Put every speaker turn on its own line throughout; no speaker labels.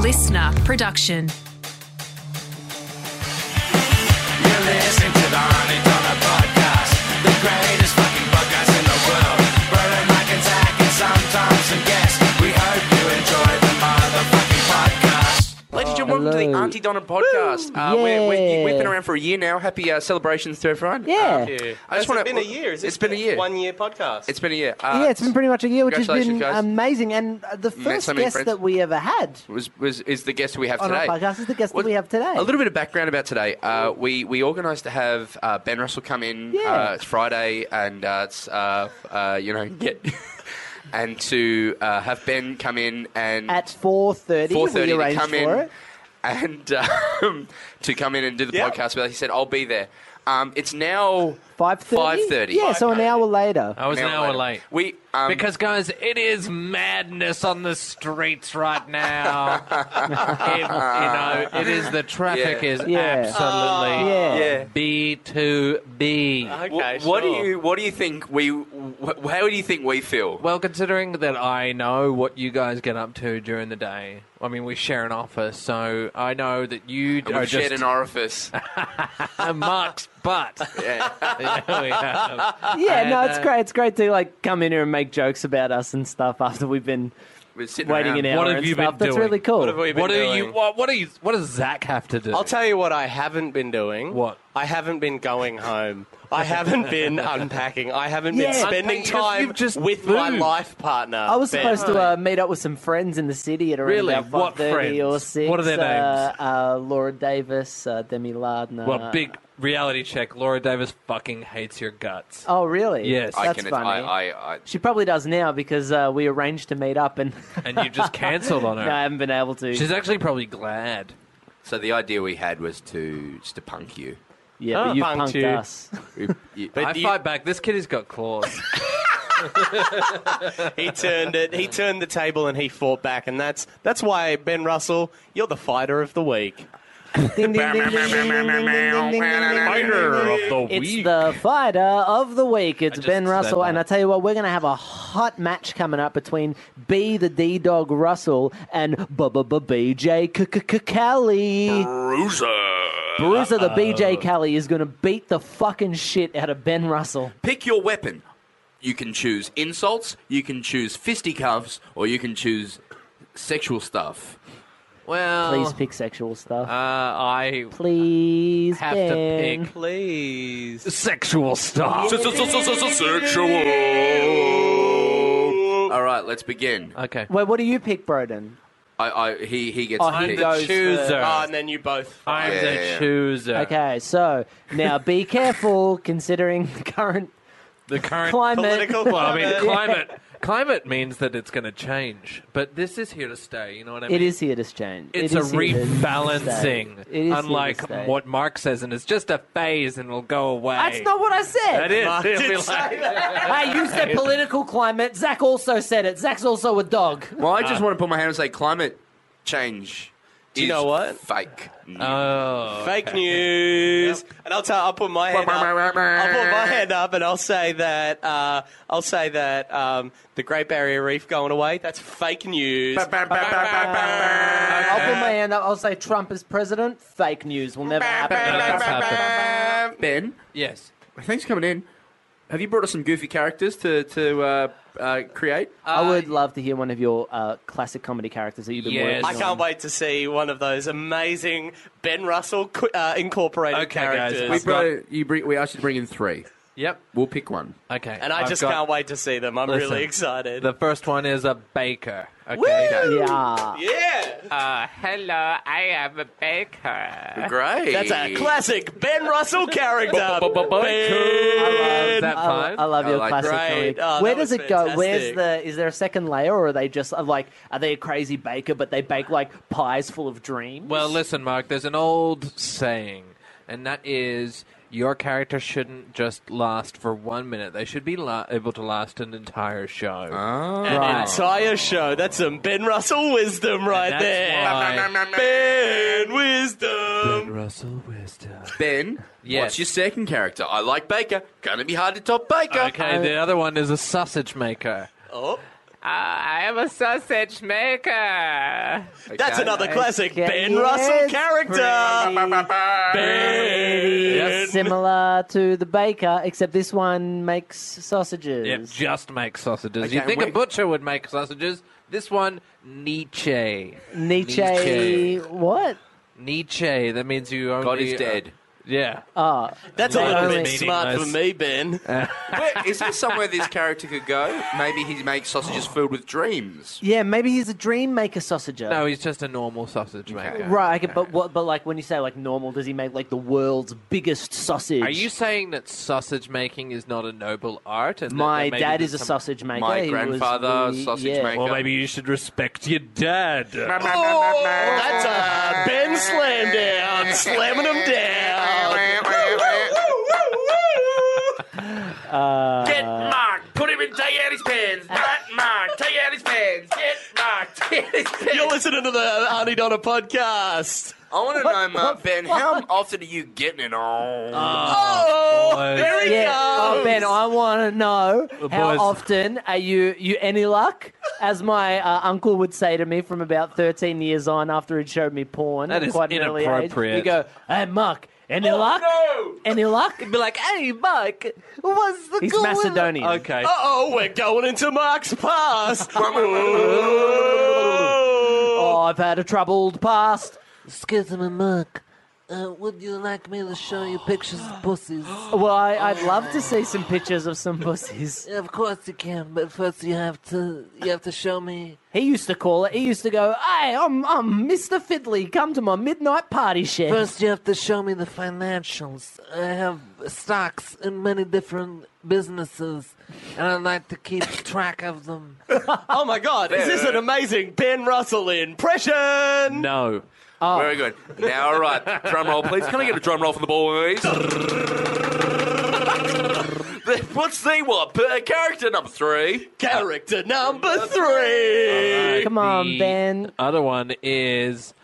listener production.
You listen to the Honey Dollar Podcast, the greatest fucking podcast in the world. Brian McIntyre and Sam Thompson guest. We hope you enjoy the motherfucking podcast.
Ladies and gentlemen, welcome to the
Oh, hello.
Auntie Donna podcast. Uh, we're, we
Yeah.
we've been around for a year now. Happy uh, celebrations to everyone.
Yeah.
Uh, I
I
just want to.
been a year. Is
it's been a year.
One year podcast.
It's been a year. Uh,
yeah, it's been pretty much a year, which has been
Congratulations, guys.
amazing. And uh, the
met
first
so many
guest
friends.
that we ever had.
Uh, was, was is the guest we have
On our
today.
podcast is the guest that we have today.
A little bit of background about today. Uh, we we organised to have uh, Ben Russell come in.
Yeah.
Uh, it's Friday, and uh, it's uh, uh, you know get and to uh, have Ben come in and
At four thirty,
four
we
thirty to
arranged
come
for
in
it.
and um, to come in and do the
Yeah.
podcast with us. He said, "I'll be there." Um, it's now
Five thirty.
Five thirty.
Yeah, so an hour later.
I was an hour
later.
late.
We um,
Because, guys, it is madness on the streets right now. It- you know, it is the traffic
Yeah.
is
Yeah.
absolutely
yeah.
yeah.
B to B.
okay.
Wh- what do
sure.
you what do you think we? Wh- how do you think we feel?
Well, considering that I know what you guys get up to during the day, I mean, we share an office, so I know that you
We've
are
shared an
just
orifice.
a marked butt. We have.
Yeah, no,
And,
it's
uh,
great. It's great to like come in here and make jokes about us and stuff after we've been
We're sitting
waiting
around.
an hour
What have
and
you been
stuff. That's
doing?
really cool.
What have we been
What do
doing?
you? What, what do you? What does Zach have to do?
I'll tell you what I haven't been doing.
What?
I haven't been going home. I haven't been unpacking. I haven't
Yeah.
been spending
Unpacking 'cause
time
you've just
with my
moved.
life partner.
I was
Ben.
supposed to uh, meet up with some friends in the city at around
Really?
about
What
5:30 or
friends?
6.
What are their
Uh, uh, Laura Davis, uh, Demi Lardner.
well, big reality check. Laura Davis fucking hates your guts.
Oh, really?
Yes.
I
That's
can.
funny.
I, I, I,
She probably does now because uh, we arranged to meet up and
and you just cancelled on her.
no, I haven't been able to.
She's actually probably glad.
so the idea we had was to just to punk you.
yeah,
Oh,
but you
punked
punked
you.
us.
We- you-
I
you-
fight back. This kid has got claws.
He turned it. He turned the table and he fought back, and that's that's why Ben Russell, you're the fighter of the week.
Ding, ding, ding, ding, ding, ding, ding, ding, ding, ding, ding, ding. It's the fighter of the week. It's
just
Ben
said
Russell, and
that.
I tell you what, we're going to have a hot match coming up between B the D Dog Russell and BJ Kelly.
Bruiser.
Bruiser the BJ Kelly is going to beat the fucking shit out of Ben Russell.
Pick your weapon. You can choose insults. You can choose fisticuffs, or you can choose sexual stuff.
Well,
Please pick sexual stuff.
Uh, I
Please,
have to
Ben.
pick
Please.
sexual stuff.
Sexual. All right, let's begin.
Okay.
Wait, what do you pick,
Uh,
Broden?
I, I he he gets
Oh,
to
he
pick.
goes.
The chooser.
Oh, and then you both.
I'm
Yeah,
the
yeah, yeah.
chooser.
Okay, so now be careful considering the current
The current
climate.
Political
Well, I mean,
climate.
climate. Climate means that it's going to change, but this is here to stay. You know what I mean?
It is here to change. It
It's
is
a
here to stay.
rebalancing,
It is
unlike
here to stay.
what Mark says, and it's just a phase and it'll go away.
That's not what I said.
That is.
Mark
It'll be
did say
like-
Hey, you said political climate. Zach also said it. Zach's also a dog.
Uh,
Well, I just want to put my hand and say climate change. Do
you know what?
Fake. news.
Oh.
Fake news. And I'll tell. I'll put my hand up. I'll put my hand up, and I'll say that. Uh, I'll say that um, the Great Barrier Reef going away. That's fake news.
I'll put my hand up. I'll say Trump is president. Fake news will never happen.
That's happened.
Ben,
Yes.
thanks for coming in. Have you brought us some goofy characters to to uh, uh, create?
I would love to hear one of your uh, classic comedy characters that you've been
Yes.
working
I
on.
can't wait to see one of those amazing Ben Russell qu- uh, incorporated
Okay, guys.
characters.
we
I've
brought, you bring, we asked you to bring in three.
Yep.
We'll pick one.
Okay.
and I
I've
just
got-
can't wait to see them. I'm
Listen.
really excited.
The first one is a baker. Okay.
Yeah.
yeah,
Uh, hello, I am a baker.
Great.
that's a classic Ben Russell character.
Is that
I, lo-
fine?
I love
I
your
like
classic
that.
comedy.
Great. Oh,
Where
that
does
was
it go?
fantastic.
Where's the? Is there a second layer, or are they just uh, like? Are they a crazy baker, but they bake like pies full of dreams?
Well, listen, Mark, there's an old saying, and that is your character shouldn't just last for one minute. They should be la- able to last an entire show.
Oh.
An
Right.
entire show. That's some Ben Russell wisdom right
That's
there.
why-
Ben wisdom.
Russell Wisdom.
Ben,
Yes.
what's your second character? I like Baker. Gonna be hard to top Baker.
Okay, the other one is a sausage maker. Uh,
Oh.
I am a sausage maker.
That's another classic
Okay,
Ben
yes,
Russell character.
Pretty similar to the baker, except this one makes sausages.
It just makes sausages. you
Okay,
think a
wait.
butcher would make sausages? This one, Nietzsche.
Nietzsche,
Nietzsche.
what?
Nietzsche. That means you only. uh,
God is dead.
yeah.
Oh,
That's a little
Really
bit smart for
meaningless.
me, Ben.
Uh,
Where, is this somewhere this character could go? Maybe he makes sausages filled with dreams.
yeah, maybe he's a dream maker sausager.
No, he's just a normal sausage maker.
Right, okay, but what? But like when you say like normal, does he make like the world's biggest sausage?
Are you saying that sausage making is not a noble art? And that
My
there maybe
dad
there's
is a
some-
sausage maker.
My
He was
grandfather, sausage maker. Or maybe
you should respect your dad.
That's a Ben slam down, slamming him down.
Get marked. Put him in. Take out his pants. Get marked. Take out his pants. Get marked. Take out his pants.
You're listening to the Honey Donna podcast.
I want to know, Mark Ben, how often are you getting it on?
Oh,
boys.
there he
Yeah,
goes.
oh, Ben, I want to know how
boys.
often are you you any luck? As my uh, uncle would say to me from about 13 years on after he'd showed me porn.
That
at
is
quite an early age,
inappropriate.
You go, hey, Mark, any luck? Any luck? Oh, He'd be like, hey, Mark, what's the He's Macedonian.
Okay.
Uh oh, we're going into Mark's past.
Oh, I've had a troubled past.
Excuse me, Mark. Uh, would you like me to show you pictures of pussies?
Well, I, I'd love to see some pictures of some pussies.
Of course you can, but first you have to you have to show me.
He used to call it. He used to go, "Hey, I'm I'm Mr. Fiddly. Come to my midnight party, chef."
First you have to show me the financials. I have stocks in many different businesses, and I like to keep track of them.
Oh my god, is this an amazing Ben Russell impression?
No.
Very good. Now, all right. Drum roll, please. Can I get a drum roll for the boys? Let's see what uh, character number three.
Character number three.
Come on,
The
Ben.
Other one is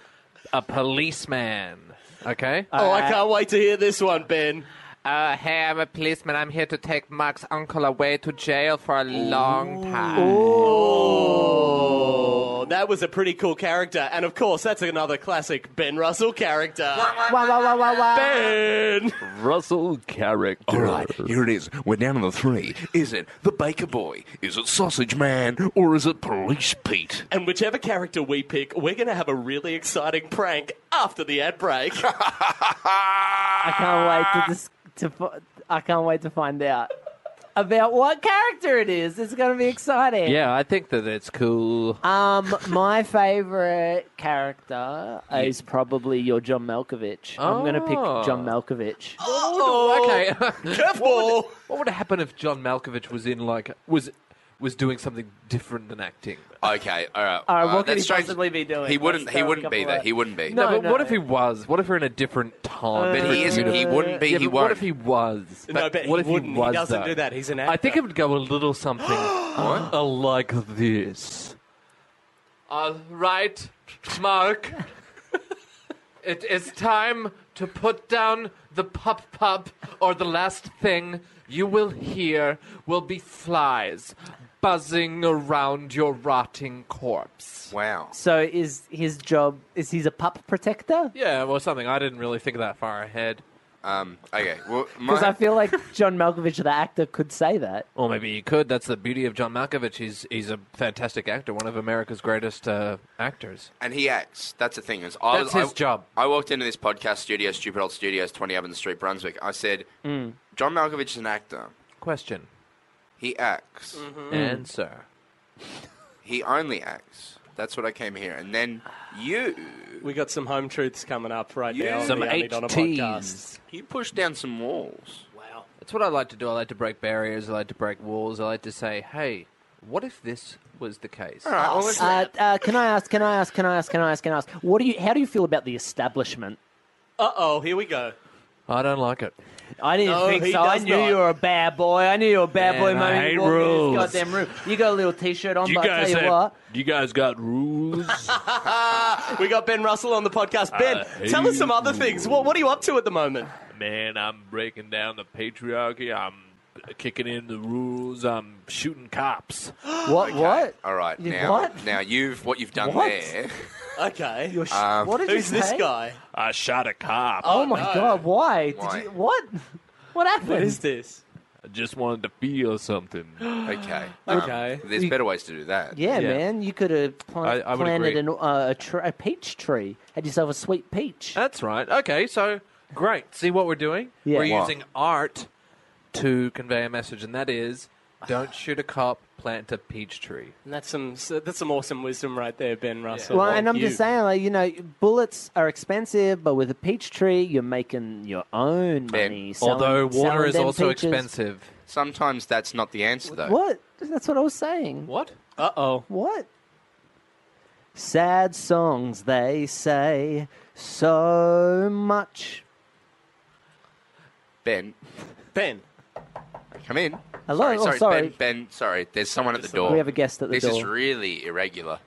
a policeman. Okay.
Oh, I can't wait to hear this one, Ben.
Uh, hey, I'm a policeman. I'm here to take Mark's uncle away to jail for a long time.
Oh, that was a pretty cool character. And of course, that's another classic Ben Russell character.
Wah, wah, wah, wah, wah.
Ben!
Russell character.
All right, here it is. We're down to the three. Is it the Baker Boy? Is it Sausage Man? Or is it Police Pete?
And whichever character we pick, we're going to have a really exciting prank after the ad break.
I can't wait to dis- to fi- I can't wait to find out about what character it is. It's going to be exciting.
Yeah, I think that it's cool.
Um, my favorite character is probably your John Malkovich. I'm going to pick
Oh.
John Malkovich.
Uh,
oh,
Okay.
Curveball!
what would have happened if John Malkovich was in like was was doing something different than acting?
Okay, all right.
All right, what
Uh,
could
that's
he
strange.
possibly be doing?
He wouldn't.
Let's
He
throw a
wouldn't be
couple
there.
of-
He wouldn't be.
No,
but
no,
what if he
no.
was? What if we're in a different time?
but he isn't. He wouldn't be.
Yeah,
he
but
won't.
What if he was?
No, but he
what if
wouldn't.
He,
He
was,
doesn't
though?
do that. He's an
I think
actor.
it would go a little something uh, like this. All right, Mark. it is time to put down the pup pup, or the last thing you will hear will be flies buzzing around your rotting corpse.
Wow.
So is his job? Is he's a pup protector?
Yeah, well, something I didn't really think that far ahead.
Um. Okay. Well,
Because I
my,
feel like John Malkovich, the actor, could say that.
Well, maybe he could. That's the beauty of John Malkovich. He's he's a fantastic actor, one of America's greatest uh, actors.
and he acts. That's the thing. Is I
That's
was,
his
I,
job.
I walked into this podcast studio, Stupid Old Studios, Twenty Evans Street, Brunswick. I said,
Mm.
John Malkovich is an actor.
Question.
He acts.
Mm-hmm.
Mm. Answer.
He only acts. That's what I came here. And then you,
We got some home truths coming up right now. on
Some
the Only Donna podcast.
HTs.
you pushed down some walls.
Wow.
That's what I like to do. I like to break barriers. I like to break walls. I like to say, hey, what if this was the case?
All right. well, let's-
Uh, uh, can I ask? Can I ask? Can I ask? Can I ask? Can I ask? What do you? How do you feel about the establishment?
Uh oh, here we go.
I don't like it.
I didn't
No,
think
he
so. I
does
knew
not.
you were a bad boy. I knew you were a bad
Man,
boy.
I
moment you
hate
walked in this
rules.
Goddamn room. You got a little T-shirt on, but I tell you what.
you guys got rules?
We got Ben Russell on the podcast. Ben,
Uh,
tell us some other things. What, what are you up to at the moment?
Man, I'm breaking down the patriarchy. I'm kicking in the rules. I'm shooting cops.
What? What?
All right.
You-
now,
what?
now you've what you've done
What?
there.
Okay.
You're sh- what did
Who's
you
this
say?
guy?
I shot a cop.
Oh, my god! Why?
Why?
Did you, what? What happened?
What is this?
I just wanted to feel something.
Okay.
Okay.
There's better ways to do that.
Yeah,
Yeah.
man, you could have pl-
I- I would
planted
agree.
an, uh, a, tr- a peach tree. Had yourself a sweet peach.
That's right. Okay, so great. See what we're doing?
Yeah.
We're
What?
using art to convey a message, and that is don't shoot a cop, plant a peach tree.
And that's some so that's some awesome wisdom right there, Ben Russell.
well,
Thank
and I'm
you.
just saying, like, you know, bullets are expensive, but with a peach tree, you're making your own money. selling-
Although water
selling
is
them
also
peaches.
expensive.
Sometimes that's not the answer though.
What? That's what I was saying.
What?
Uh oh.
What? Sad songs, they say so much.
Ben,
Ben.
come in.
Hello?
Sorry,
Oh,
sorry,
sorry.
Ben. Ben, sorry. There's someone at the door.
We have a guest at the
this
door.
is really irregular.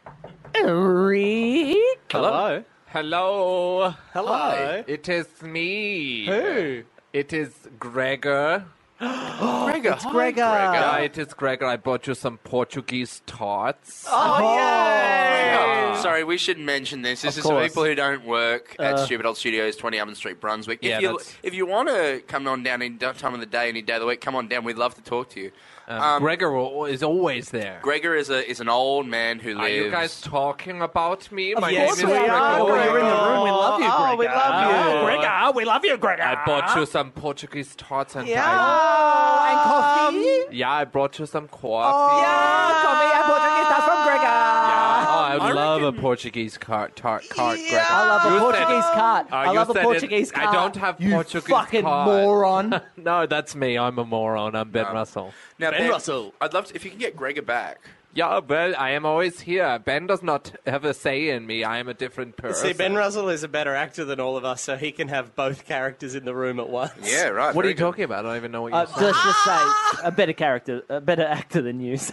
Eric?
Hello.
Hello.
Hello.
It is me.
Who?
It is Gregor.
Gregor, it's
Gregor.
Uh, it is Gregor. I brought you some Portuguese tots. Uh,
Sorry, we should mention this. This is for
course.
people who don't work at Stupid Old Studios, 20 Almond Street, Brunswick. If
Uh, Yeah,
you
that's-
if you want to come on down any do- time of the day, any day of the week, come on down. We'd love to talk to you.
Um,
Um,
Gregor will- is always there.
Gregor is a is an old man who lives.
Are you guys talking about me? My
course
name is
we
Gregor.
are.
Oh, you're in the room. We love you, Greg.
Oh, we love you.
Gregor, we love you, Gregor. I bought you some Portuguese tots and yeah.
oh, and coffee.
I, yeah, I brought you some coffee.
Yeah, coffee and Portuguese. That's from Gregor.
Yeah. Oh, I, love a Portuguese cart, tart, cart, Gregor.
I love a
You said-
Portuguese cart.
Uh,
I
you
love a
said it-
Portuguese
I
cart.
don't have
you
Portuguese
fucking
cart.
moron.
No, that's me. I'm a moron. I'm Ben Russell.
Now,
Ben Russell.
I'd love to, if you can get Gregor back.
Yeah, well, I am always here. Ben does not have a say in me. I am a different person.
See, Ben Russell is a better actor than all of us, so he can have both characters in the room at once.
Yeah, right.
What
very
are you
good.
talking about? I don't even know what you're
Uh,
saying.
just to say, a better character, a better actor than you.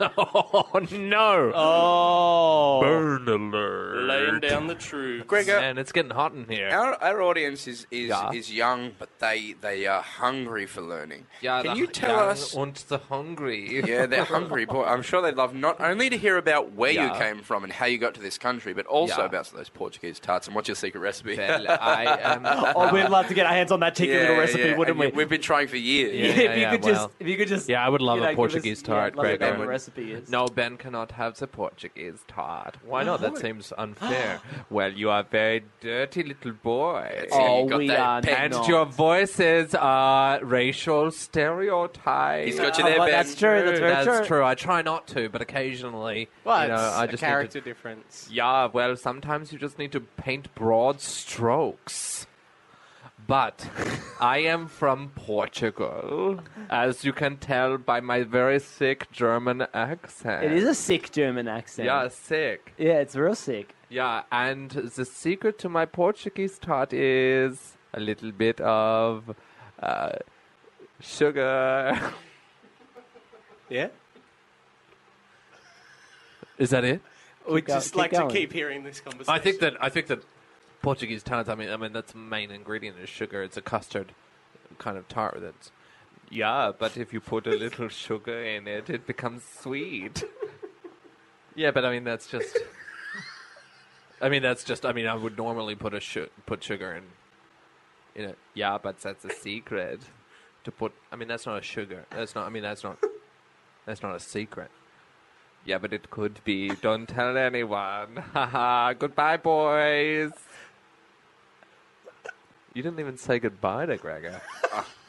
Oh no!
Oh.
Burn alert!
Laying down the truth.
Gregor?
Man, it's getting hot in here.
Our, our audience is is,
Yeah.
is young, but they they are hungry for learning.
Yeah,
can
the
you tell
young
us?
Und the hungry.
Yeah, they're hungry. Boy, I'm sure they'd love not only to hear about where
Yeah.
you came from and how you got to this country, but also
Yeah.
about those Portuguese tarts and what's your secret recipe.
Well, I am.
oh, we'd love to get our hands on that cheeky little recipe,
yeah,
wouldn't
and
we?
you- We've been trying for years.
Yeah.
if you could
well.
just, if you could just,
Yeah, I would love
you know,
a
give
Portuguese
us,
tart,
Yeah, love
Gregor.
whatever the recipe is.
No, Ben cannot have the Portuguese tart. Why not? That seems unfair. well, you are a very dirty little boy.
That's how
Oh,
you got
we
that
are
peg.
and
not.
your voices are racial stereotypes.
He's got you there,
well,
Ben.
Oh, that's true. That's very
That's
true.
true. I try not to, but occasionally,
Well,
you know,
it's
I
a
just need to-
character difference.
Yeah, well, sometimes you just need to paint broad strokes. But I am from Portugal, as you can tell by my very sick German accent.
It is a sick German accent.
Yeah, sick.
Yeah, it's real sick.
Yeah, and the secret to my Portuguese tart is a little bit of uh, sugar.
Yeah?
Is that it?
we
go-
just
keep
like
going.
to keep hearing this conversation.
I think that I think that Portuguese tarts. I mean, I mean that's the main ingredient is sugar. It's a custard kind of tart that's yeah. But if you put a little sugar in it, it becomes sweet. yeah, but I mean that's just. I mean that's just. I mean I would normally put a su- put sugar in. In it, yeah, but that's a secret. To put, I mean that's not a sugar. That's not. I mean that's not. That's not a secret. Yeah, but it could be. Don't tell anyone. Haha. goodbye, boys. You didn't even say goodbye to Gregor.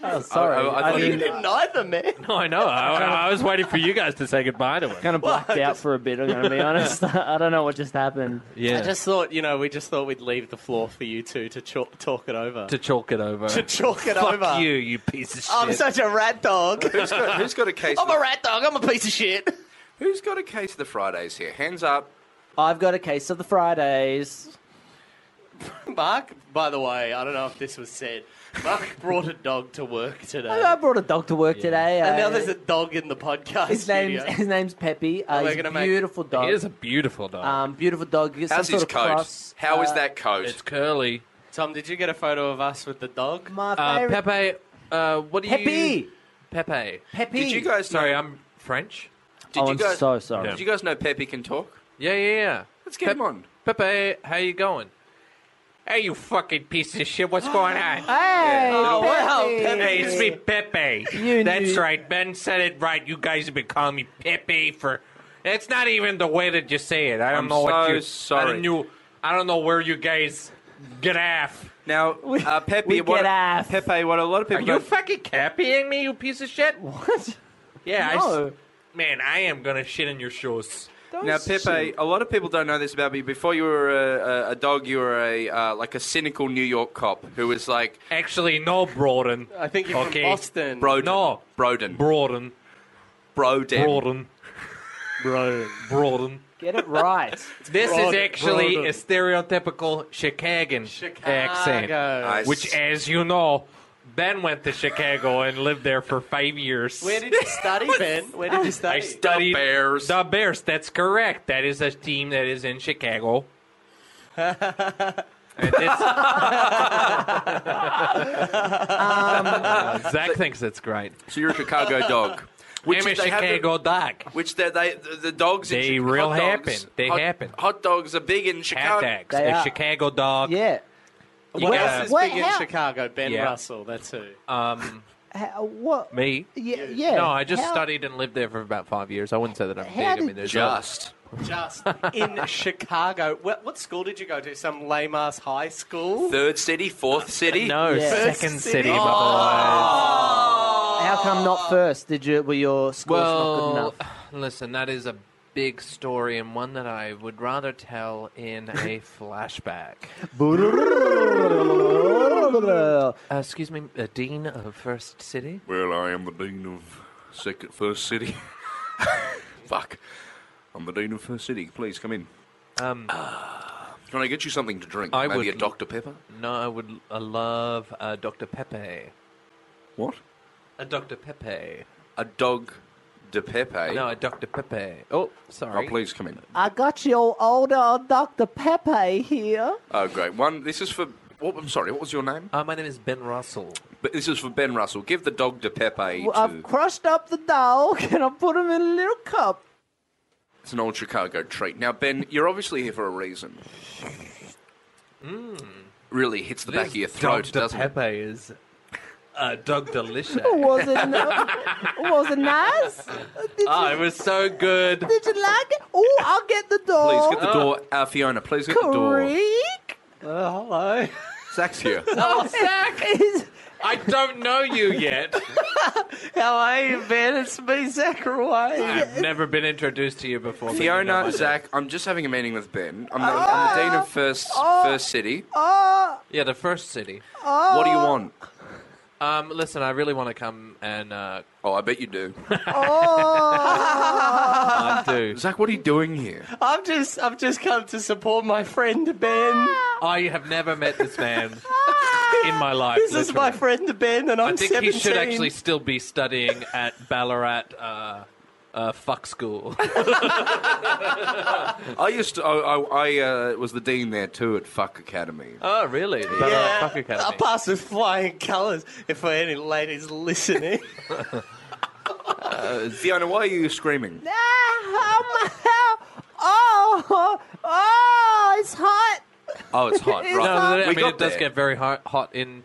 Oh, sorry.
I- I thought you
You didn't either, man.
No, I know. I, I was waiting for you guys to say goodbye to him.
kind of blacked out for a bit. I'm going to be honest. I don't know what just happened.
Yeah.
I just thought, you know, we just thought we'd leave the floor for you two to cho- talk it over.
to chalk it over.
To chalk it
Fuck
over.
you, you piece of shit.
I'm such a rat dog.
Who's got, who's got a case?
I'm
of,
a rat dog. I'm a piece of shit.
who's got a case of the Fridays here? Hands up.
I've got a case of the Fridays.
Mark, by the way, I don't know if this was said. Mark brought a dog to work today.
I brought a dog to work today.
and now
Uh,
there's a dog in the podcast.
his name's
studio.
his name's Peppy. Uh,
we're
he's a
gonna make-
beautiful dog.
He is a beautiful dog.
um, beautiful dog. He's
How's
some
his
sort of
coat?
cross.
How is
Uh,
that coat?
it's curly.
Tom, did you get a photo of us with the dog?
My
Uh,
favorite.
Pepe, uh, what do you...
Peppy.
Pepe.
Pepe.
Did you guys know?
Sorry, I'm French.
Did
oh,
you
I'm
guys,
so sorry.
Yeah.
Did you guys know Pepe can talk?
Yeah, yeah, yeah.
Let's get
Pep-
him on.
Pepe, how you going? Hey, you fucking piece of shit! What's going on?
Hey,
Oh, wow,
Hey,
Pepe.
it's me, Pepe.
You
That's
knew-
right. Ben said it right. You guys have been calling me Pepe for. It's not even the way that you say it. I don't
I'm
know what
so
you. I
sorry.
don't, know- I don't know where you guys get off.
Now, uh, Pepe,
we
what,
get ass.
Pepe, what a lot of
Are
people
you
don't
fucking copying me, you piece of shit?
What?
Yeah, I s-
No.
man, I am gonna shit in your shoes.
Don't
Now,
shit.
Pepe, a lot of people don't know this about you. Before you were a, a, a dog, you were a uh, like a cynical New York cop who was like
Actually, no, Broden.
I think you're
Okay.
from Boston.
Broden,
No.
Broden,
Broden.
Broden.
Broden. Broden. Broden.
Get it right.
This is
Broden,
actually
Broden.
a stereotypical Chicagoan accent,
Chicago.
I
which,
s-
as you know, Ben went to Chicago and lived there for five years.
Where did you study, Ben? Where did you study?
I studied
Bears.
The Bears. That's correct. That is a team that is in Chicago. And
Um,
it's- Uh, Zach thinks it's great.
so you're a Chicago dog, which
I'm a
they have the-
Chicago dog.
which they, they the, the dogs in
They
Chi-
real
hot dogs-
happen. They
hot,
happen.
Hot dogs are big in
Cat
Chicago.
dogs.
They
A
are.
Chicago dog.
Yeah.
You
What
got
else is
What
big in
hell-
Chicago? Ben
Yeah.
Russell, that's who.
um,
Ha- what?
me.
Yeah, yeah.
No, I just
How-
studied and lived there for about five years. I wouldn't say that I'm
How
dating. I
did-
mean, there's
Just
Just in Chicago. What, what school did you go to? Some lame ass high school?
third city, fourth city.
no
Yeah.
second
First
city,
city.
Oh.
my boys.
How come not first? Did you? Were your scores not
Well,
good enough?
listen, that is a big story and one that I would rather tell in a flashback. Uh, excuse me, uh, Dean of First City.
Well, I am the dean of second first city. Fuck, I'm the dean of first city. Please come in.
Um,
Ah.
Can I get you something to drink?
I
Maybe
would-
a Dr Pepper.
no, I would uh, love uh, Dr. Pepe.
What?
A Dr. Uh, Pepe.
a dog de Pepe. Oh,
No, a Dr. Pepe. Oh,
Oh,
sorry.
please come in.
I got your older Dr. Pepe here.
Oh, great. One. This is for. What, I'm sorry. What was your name?
Uh, my name is Ben Russell.
But this is for Ben Russell. Give the dog de Pepe.
Well, I've
to-
crushed up the dog and I put him in a little cup.
It's an old Chicago treat. Now, Ben, you're obviously here for a reason.
Hmm.
Really hits the back of your throat,
Dr.
doesn't it?
Pepe is uh, Dog Delicious.
Was it, ni- was it nice? Did
oh, it
you,
was so good.
did you like it? Oh, I'll get the dog.
Please get
Oh.
the door. Uh, Fiona, please get the door.
Creak.
Oh, hello.
Zach's here.
Oh, Zach!
Is-
I don't know you yet.
How are you, Ben? It's me, Zachary.
I've never been introduced to you before. but you know my
Fiona,
name.
Zach, I'm just having a meeting with Ben. I'm the, I'm the dean of First First City.
oh,
Yeah, the first city.
What do you want?
Um, listen, I really want to come and uh,
Oh, I bet you do.
I do.
Zach, what are you doing here?
I've just I've just come to support my friend Ben.
I have never met this man in my life.
This is my
literally.
friend Ben, and I'm
I think
17.
he should actually still be studying at Ballarat uh, uh, Fuck School.
I used to. I, I, I uh, was the dean there too at Fuck Academy.
oh, really? The Ballarat
Yeah,
Fuck
I'll
Academy.
pass with flying colours if for any ladies listening.
Fiona, why are you screaming?
ah, oh, my, oh, oh, it's hot.
Oh, it's hot.
It's
Right.
No, I
We
mean,
got
it does
there.
get very hot, hot in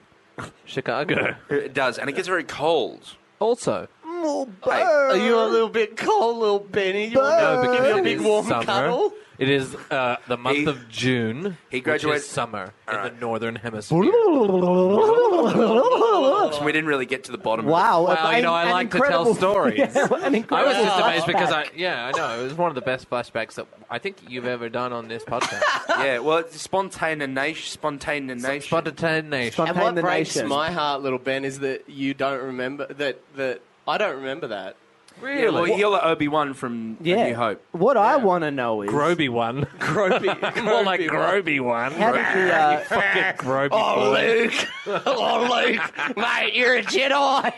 Chicago.
It does, and it gets very cold.
Also,
Oh,
Hey,
Are you a little bit cold, little Benny? You want
No,
to give you a
It
big
is
warm
Uh, summer.
cuddle?
It is uh, the month
He-
of June.
he
Which
graduated-
is summer in the
Alright.
northern hemisphere.
So we didn't really get to the bottom.
Wow.
Well, you know, I like to tell stories.
an
I was
incredible
just amazed because
flashback.
I, yeah, I know it was one of the best flashbacks that I think you've ever done on this podcast.
Of it. Yeah. Well, it's spontaneous, spontaneous.
Spontaneous.
And
Pain
what
the
breaks
nation.
my heart, little Ben, is that you don't remember that that I don't remember that.
Really? Yeah, well,
What-
you're the Obi Wan from
Yeah.
New Hope.
What I want to know is
Groby one.
Groby.
More like Groby one.
how did the, uh,
Fucking Groby
Oh,
boy.
Luke. Oh, Luke. Mate, you're a Jedi.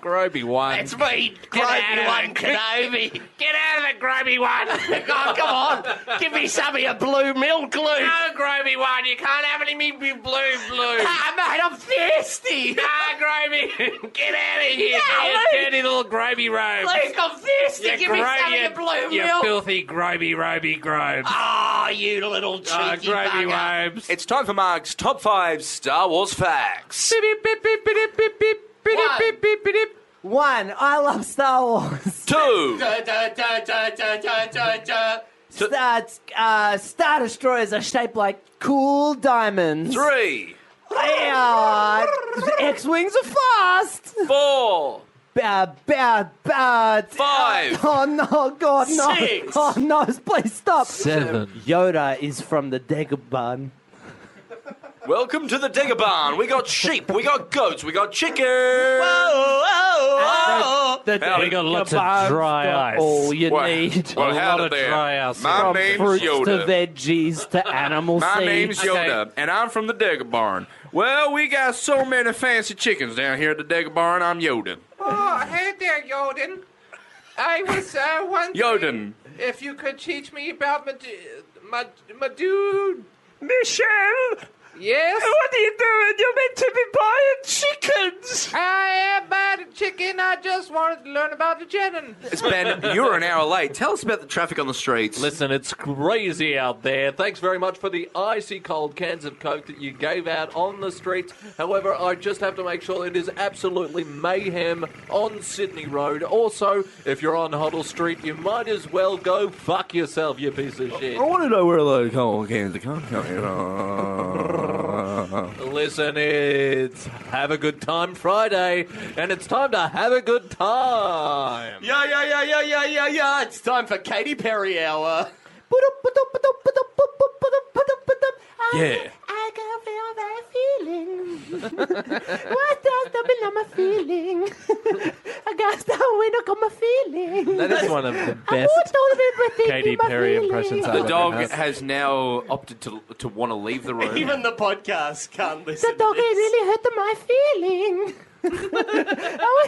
Groby one.
It's me, Groby One Kenobi. Get out of it, Groby One. oh, come on. Give me some of your blue milk, Luke.
No, Groby one. You can't have any me blue blue.
Ah, mate, I'm thirsty.
nah, Groby. Get out of
No,
here. you
Luke.
dirty little Groby robe.
Luke, I'm thirsty.
You
Give me
gro-
some of
you,
your blue
you
milk.
filthy Groby roby grobe.
Ah, you little cheeky
Ah, Groby
bugger.
robes.
It's time for Mark's top five Star Wars facts.
One.
one, I love Star Wars.
Two.
Da, da, da, da, da, da, da, da.
Star, uh, Star Destroyers are shaped like cool diamonds.
Three.
Yeah, X wings are fast.
Four.
Bad, bad, bad.
Five.
Oh no, God, no.
Six.
Oh no, please stop.
Seven.
Yoda is from the Dagobah.
Welcome to the Dagobah. We got sheep, we got goats, we got chicken.
Oh,
The
Howdy.
We got lots of
Dagobah's
dry
got
ice.
All you
Well,
need.
well,
A
howdy
lot of
there.
dry ass.
My
From
name's
fruits to
Yoda.
veggies to animal
My
seeds.
name's Yoda, and I'm from the Dagobah. Barn. Well, we got so many fancy chickens down here at the Dagobah. Barn. I'm Yoda.
Oh, hey there, Yoden. I was uh, wondering
Yoden.
if you could teach me about my d- my, my dude.
Michelle,
Yes,
what are you doing? You're meant to be buying chickens.
I am bad at chicken. I just wanted to learn about the chicken.
It's been, you're an hour late. Tell us about the traffic on the streets.
Listen, it's crazy out there. Thanks very much for the icy cold cans of Coke that you gave out on the streets. However, I just have to make sure it is absolutely mayhem on Sydney Road. Also, if you're on Huddle Street, you might as well go fuck yourself, you piece of shit.
want to know where the coal cans are coming from.
Listen, it's Have a Good Time Friday, and it's time to have a good time.
Yeah, yeah, yeah, yeah, yeah, yeah, yeah. It's time for Katy Perry hour.
Yeah.
I can feel that feeling. what does the below my feeling? I got the window got my feeling.
That is one of the
What
best
don't everything
Katy
in my
Perry impressions
feeling?
I've
The
ever
dog
had.
has now opted to, to want to leave the room.
Even the podcast can't
The
listen.
dog
to this.
really hurt my feeling. I wish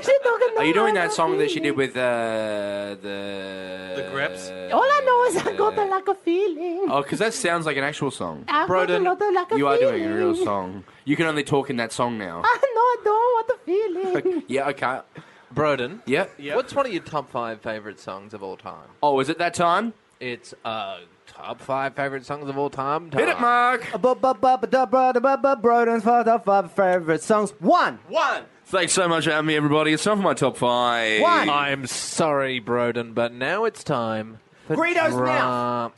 the dog
Are you doing that song that she did with uh, the
The Grips?
All I know is I got the lack of feeling.
Uh, Oh, because that sounds like an actual song.
I got a
Broden,
lot of lack of
You are doing a real
feeling.
song. You can only talk in that song now.
I know I don't want the feeling.
Yeah, okay.
Broden,
Yeah.
what's one of your top five favorite songs of all time?
Oh, is it that time?
It's uh top five favorite songs of all time.
Hit it,
Time.
Mark.
Broden's father, five favorite songs. One.
One.
Thanks so much for having me, everybody. It's time for my top five.
One.
I'm sorry, Broden, but now it's time for
Greedo's
dra-
mouth.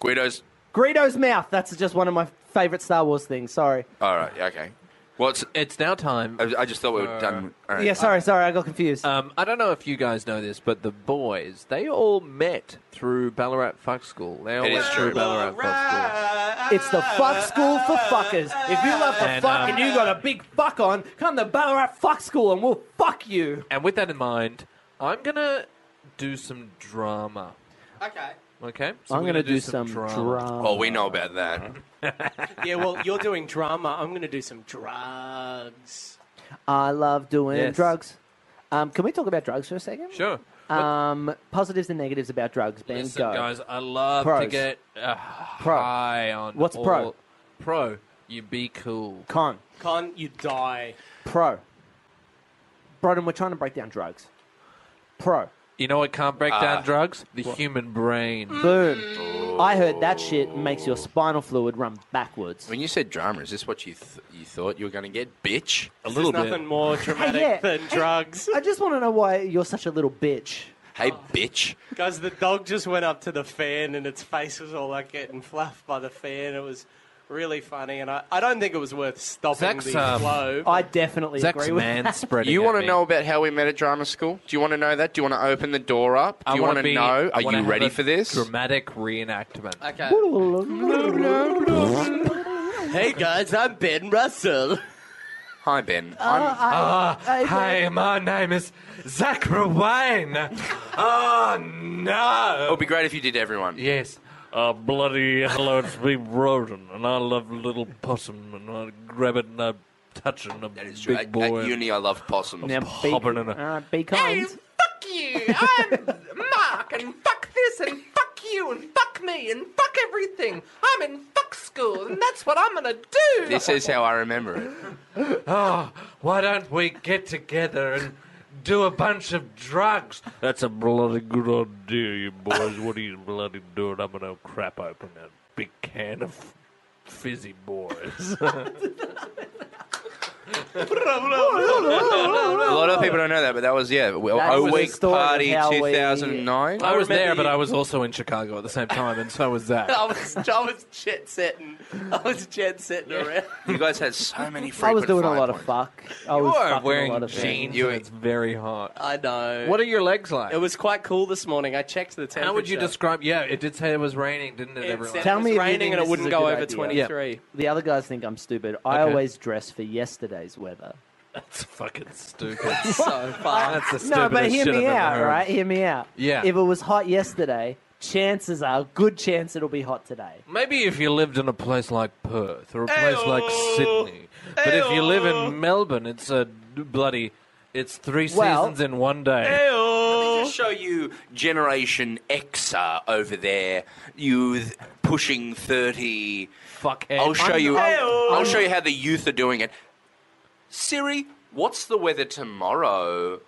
Guido's.
Greedo's mouth. That's just one of my favorite Star Wars things. Sorry.
All right, okay. What's.
It's now time.
I I just thought we were done.
Uh,
All right.
Yeah, sorry, sorry. I got confused.
Um, I don't know if you guys know this, but the boys they all met through Ballarat Fuck School. They all
It
went
is
through
true.
Ballarat Fuck School.
it's the fuck school for fuckers. If you love the
And,
fuck
uh,
and you got a big fuck on, come to Ballarat Fuck School and we'll fuck you.
And with that in mind, I'm gonna do some drama.
Okay.
Okay, So we're
Oh, we know about that.
Yeah, well, you're doing drama. I'm going to do some drugs.
I love doing
Yes.
drugs. Um, can we talk about drugs for a second?
Sure.
Um, positives and negatives about drugs. Ben,
Listen,
go.
guys, I love to
Pros.
get uh, high on.
What's
all-
pro?
Pro, you be cool.
Con.
Con, you die.
Pro. Broden, we're trying to break down drugs. Pro.
You know what can't break
Ah.
down drugs? The human brain.
Boom.
Oh.
I heard that shit makes your spinal fluid run backwards.
When you said drama, is this what you th- you thought you were going to get, bitch?
A
There's nothing more dramatic
yeah.
than drugs.
I just want to know why you're such a little bitch.
Hey, bitch.
Guys, the dog just went up to the fan and its face was all like getting fluffed by the fan. It was really funny, and I, I don't think it was worth stopping
Zach's,
the
um,
flow.
I definitely
Zach's
agree with
man
that.
spreading.
You want
at
to
me.
know about how we met at drama school? Do you want to know that? Do you want to open the door up? Do
I
you
wanna
want to
be-
know?
I
Are
wanna
you
have
ready
a
for this?
dramatic reenactment?
Okay. hey guys, I'm Ben Russell.
Hi, Ben.
Oh.
I'm,
Hi, my name is Zachary Wayne. oh, no.
It would be great if you did everyone.
Yes. Uh, bloody hello, it's me, Roden, and I love little possum, and I grab it and I touch it, and I'm
That is true.
big
At,
boy.
at uni, I loved possums.
Now, be,
Hopping in a-
all right, be kind.
Fuck you! I'm Mark, and fuck this, and fuck you, and fuck me, and fuck everything. I'm in fuck school, and that's what I'm gonna do.
This is how I remember it.
Why don't we get together and do a bunch of drugs? That's a bloody good idea, you boys. what are you bloody doing? I'm gonna crap open a big can of fizzy boys.
A lot of people don't know that, but that was yeah.
That
O
was the
Week
story of
Party
how we-
2009.
I was there, but I was also in Chicago at the same time, and so was Zach.
Oh.
I was, I was jet setting. I was jet setting around.
You guys had so many.
I was
frequent
doing a
fire
lot of
points.
fuck. I was
are
fucking
wearing
a lot of things.
jeans,
You-
and it's very hot.
I know.
What are your legs like?
it was quite cool this morning. I checked the temperature.
How would you describe? Yeah, it did say it was raining, didn't it?
It
everyone?
said
Tell
it
me
was
if you
raining
think
and it
this
wouldn't
is a
go
good
over
idea.
23.
The other guys think I'm stupid. I
Okay.
always dress for yesterday's weather.
That's fucking stupid.
So far.
That's the stupidest
No, but hear
shit
me
I've ever
out,
heard.
right? Hear me out.
Yeah.
If it was hot yesterday, chances are, good chance it'll be hot today.
Maybe if you lived in a place like Perth or a place like Sydney, but if you live in Melbourne, it's a bloody. It's three
Well-
seasons in one day.
eh,
Just show you Generation Xer over there, youth pushing thirty.
Fuck.
I'll show you. I'll show you how the youth are doing it. Siri, what's the weather tomorrow?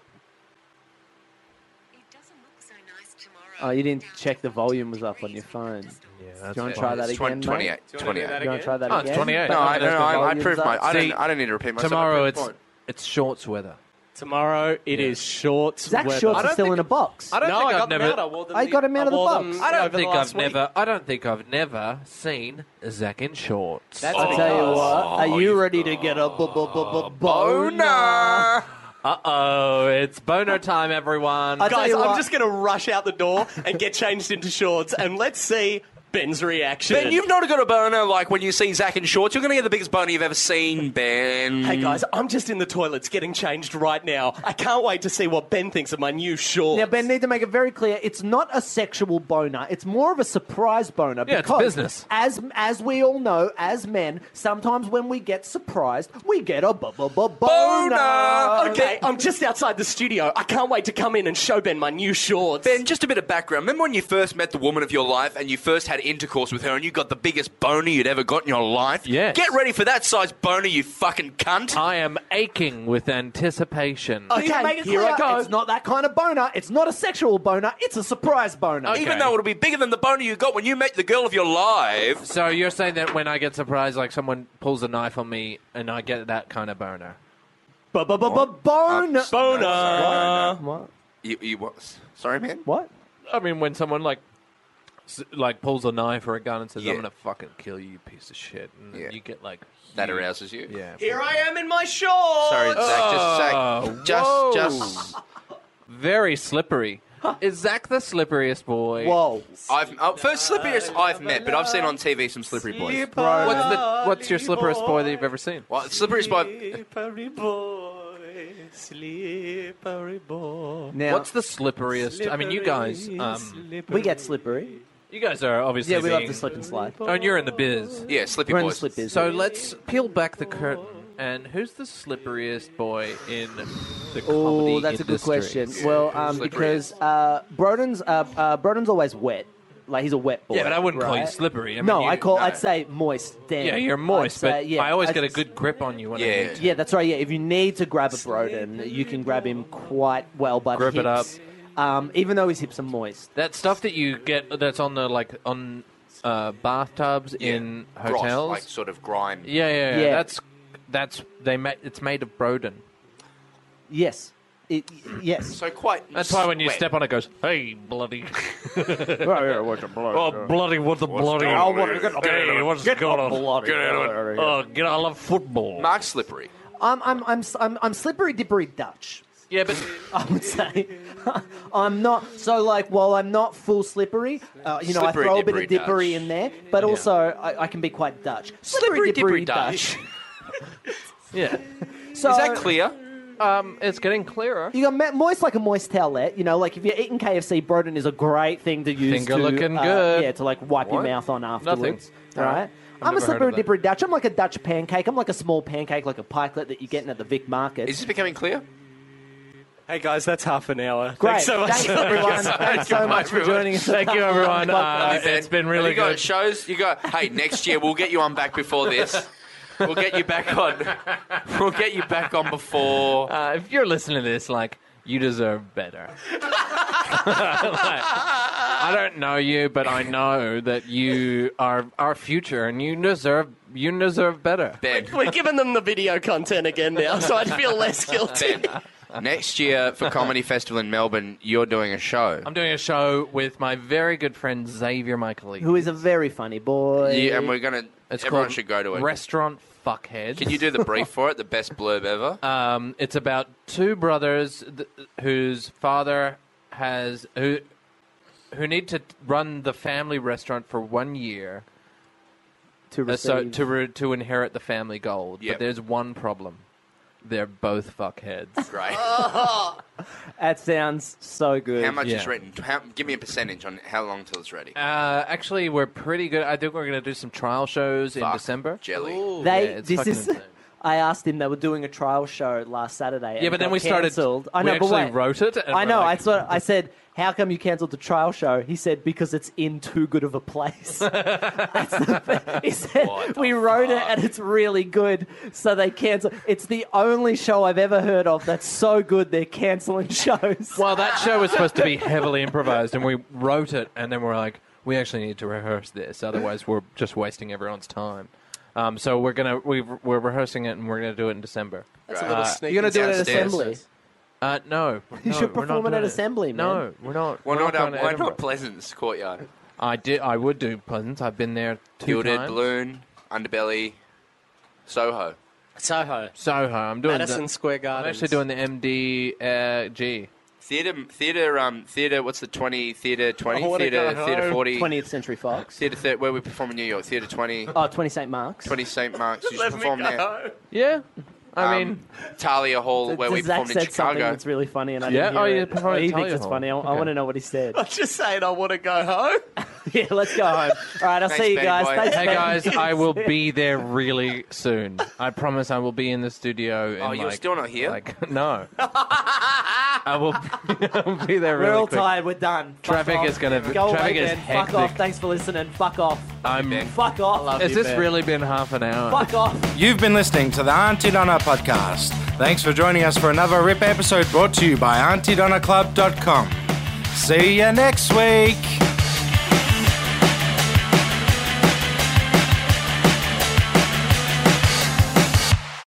It doesn't look so nice
Oh,
tomorrow.
you didn't check the volume was up on your phone.
Yeah,
Do you want
that's
to try
fine.
that
It's twen-
again, mate?
Twenty-eight.
Do
Twenty-eight.
you want to try that
Oh, it's
again?
28.
No, I, no, no, I, I
Volume's
proved
up.
my. I don't.
See,
I don't need to repeat myself. I
Tomorrow
proved
it's
my point.
it's shorts weather.
Tomorrow it is short.
Zach
weather.
shorts
I
are
don't
still
think-
in a box.
I don't
No,
think
I
have
got them
never.
out. I wore them
I
the-
got 'em out of the
wore
box.
them
I don't
over
think
last
I've
week.
never. I don't think I've never seen Zach in shorts.
That's
I tell you what,
Oh,
are you ready to get a bu- bu- bu- bu- boner?
Uh oh, it's boner time, everyone.
I tell
Guys,
you
I'm
what-
just going to rush out the door and get changed into shorts, and let's see Ben's reaction.
Ben, you've not got a boner like when you see Zach in shorts. You're going to get the biggest boner you've ever seen, Ben.
Hey guys, I'm just in the toilets getting changed right now. I can't wait to see what Ben thinks of my new shorts.
Now, Ben, need to make it very clear. It's not a sexual boner. It's more of a surprise boner.
Yeah, it's
because
business.
As as we all know, as men, sometimes when we get surprised, we get a bu- bu- bu- boner.
Okay, I'm just outside the studio. I can't wait to come in and show Ben my new shorts.
Ben, just a bit of background. Remember when you first met the woman of your life and you first had intercourse with her and you got the biggest boner you'd ever got in your life?
Yes.
Get ready for that size boner, you fucking cunt.
I am aching with anticipation.
Need to make it
here
clear,
I go.
It's not that kind of boner. It's not a sexual boner. It's a surprise boner.
Okay.
Even though it'll be bigger than the boner you got when you met the girl of your life.
So you're saying that when I get surprised, like someone pulls a knife on me, and I get that kind of boner.
Bu- bu- bu- bu- boner.
Uh,
Boner.
What?
You, you what? Sorry, man.
What?
I mean, when someone like s- like pulls a knife or a gun and says,
Yeah.
"I'm gonna fucking kill you, you piece of shit," and then
Yeah.
you get like
That
huge-
arouses you.
Yeah.
Here I am in my shorts.
Sorry, Zach. Just, Zach. Just,
Oh. whoa.
just.
Very slippery. Is Zach the slipperiest boy?
Whoa.
I've uh, first slipperiest I've met, but I've seen on TV some slippery boys.
Bro.
What's the what's your slipperiest boy that you've ever seen?
Well, slipperiest boy.
Slippery boy, slippery boy.
Now
What's the slipperiest? I mean, you guys, um,
we get slippery.
you guys are obviously
Yeah, we love
being-
to slip and slide.
Oh, and you're in the biz.
Yeah, slippy
We're in the
boys.
slip biz.
So let's peel back the curtain. And who's the slipperiest boy in the comedy
Oh, that's a good
industry?
question. Well, um,
Slippery.
because uh, Broden's uh, uh, Broden's always wet. Like he's a wet boy.
Yeah, but I wouldn't call you
right?
slippery. I mean,
no,
you-
I call. I'd say moist. Damn.
Yeah, you're
I'd
moist,
say-
but
yeah,
I always
I'd
get a
s-
good grip on you when I
Yeah.
need to.
Yeah, that's right. Yeah, if you need to grab a Broden, you can grab him quite well by
Grip
the
it
hips. It up. Um, even though his hips are moist.
That stuff that you get that's on the like on uh, bathtubs in
Gross,
hotels.
like sort of grime.
yeah, yeah, yeah,
Yeah.
That's that's they ma- it's made of Broden.
Yes. It, yes.
So quite.
That's why when you
wet.
step on it, it goes, hey, bloody,
oh, bloody, what the bloody.
I want to get a
Hey,
Broden.
what's
Get
going
a
on?
bloody
Get out
out of
of it.
here.
Oh, get I love football.
Mark's slippery.
I'm, I'm, I'm, s- I'm, I'm slippery dippery Dutch.
yeah, but
I would say. I'm not so like while I'm not full slippery, uh, you know,
Slippery
I throw a bit of
dippery
dippery
Dutch.
in there, but also I, I can be quite Dutch.
Slippery
Slippery, dippery,
dippery Dutch.
yeah,
So
Is that clear?
Um, it's getting clearer.
You got ma- moist like a moist towelette. You know, like if you're eating KFC, Broden is a great thing to use.
Finger
to,
looking
uh,
good.
Yeah, to like wipe your
What?
mouth on afterwards. All right. I'm a
never heard
slippery
of that.
dippery Dutch. I'm like a Dutch pancake. I'm like a small pancake, like a pikelet that you're getting at the Vic Market.
Is this becoming clear?
Hey guys, that's half an hour.
Great.
Thanks so much.
everyone. Thanks so much for joining us.
Thank you, everyone. Uh,
Podcast.
it's been
Have
really
you got
good.
shows? You got hey, next year we'll get you on back before this. We'll get you back on. We'll get you back on before.
Uh, if you're listening to this, like, you deserve better. Like, I don't know you, but I know that you are our future, and you deserve you deserve better.
Ben,
We're giving them the video content again now, so I'd feel less guilty.
Ben, next year for Comedy Festival in Melbourne, you're doing a show.
I'm doing a show with my very good friend Xavier Michael.
Who is a very funny boy.
Yeah, and we're gonna. everyone should go to it.
Restaurant Fuckheads.
Can you do the brief for it? The best blurb ever.
Um, it's about two brothers th- whose father has who who need to run the family restaurant for one year,
to
uh,
receive.
so to re- to inherit the family gold.
Yep.
But there's one problem: they're both fuckheads.
Great.
that sounds so good.
How much is
Yeah.
written? How, give me a percentage on how long till it's ready.
uh, actually, we're pretty good. I think we're going to do some trial shows in
Fuck.
December.
Jelly.
They
Yeah, it's
this
fucking
is.
insane.
I asked him. They were doing a trial show last Saturday. and
Yeah, but then
got
we started.
cancelled. I
we
know, but
actually
wait.
wrote it. and
I
we're
know.
like,
I thought I said, "How come you cancelled the trial show?" He said, "Because it's in too good of a place." That's the thing. He said,
What the
"We wrote it
fuck?
and it's really good, so they cancel." It's the only show I've ever heard of that's so good they're canceling shows.
Well, that show was supposed to be heavily improvised, and we wrote it, and then we're like, we actually need to rehearse this, otherwise we're just wasting everyone's time. Um, so we're gonna we've, we're rehearsing it, and we're gonna do it in December.
That's a
Uh,
little sneaky.
You're Uh, gonna do it at
downstairs.
assembly.
Uh, no,
You
no,
should
we're not
perform it
doing
at assembly, man.
No, we're not.
Why
we're
not?
not
Um,
going to
why
Edinburgh.
not Pleasant's courtyard?
I did. I would do Pleasance. I've been there two
Gilded,
times.
balloon, underbelly, Soho.
Soho,
Soho. I'm doing.
Madison
the,
Square Garden.
I'm actually doing the MDG. Uh, G.
Theatre, theatre, um, theatre. What's the twenty? Theatre twenty.
I wanna
Theatre,
go
theatre
home.
forty.
Twentieth Century Fox.
Theatre thir- where we perform in New York. Theatre 20,
Oh, 20 St. Mark's.
20 St Mark's. You should perform there.
Yeah. I
Um,
mean,
Talia Hall where we
Zach
performed in
said something
Chicago.
that's really funny, and I
Yeah?
didn't hear
Oh,
it.
yeah, probably
he
tell
thinks
you
it's
all.
funny. I, I
Okay.
want to know what he said.
I'm just saying I want to go home.
yeah, let's go home. All right, I'll
Thanks,
see you
Ben
guys.
Boy.
Thanks,
hey
Ben.
guys, I will be there really soon. I promise I will be in the studio. In
Oh, you're
like-
still not here?
Like no, I will. I'll be there
We're
really
all
quick.
tired. We're done. Fuck
Traffic
off.
is gonna be-
go
traffic
away,
is
Ben. Fuck
hectic.
off. Thanks for listening. Fuck off.
I'm.
Fuck off.
Has this really been half an hour?
Fuck off.
You've been listening to the Auntie Donna podcast. Thanks for joining us for another RIP episode brought to you by AuntieDonnaClub.com. See you next week.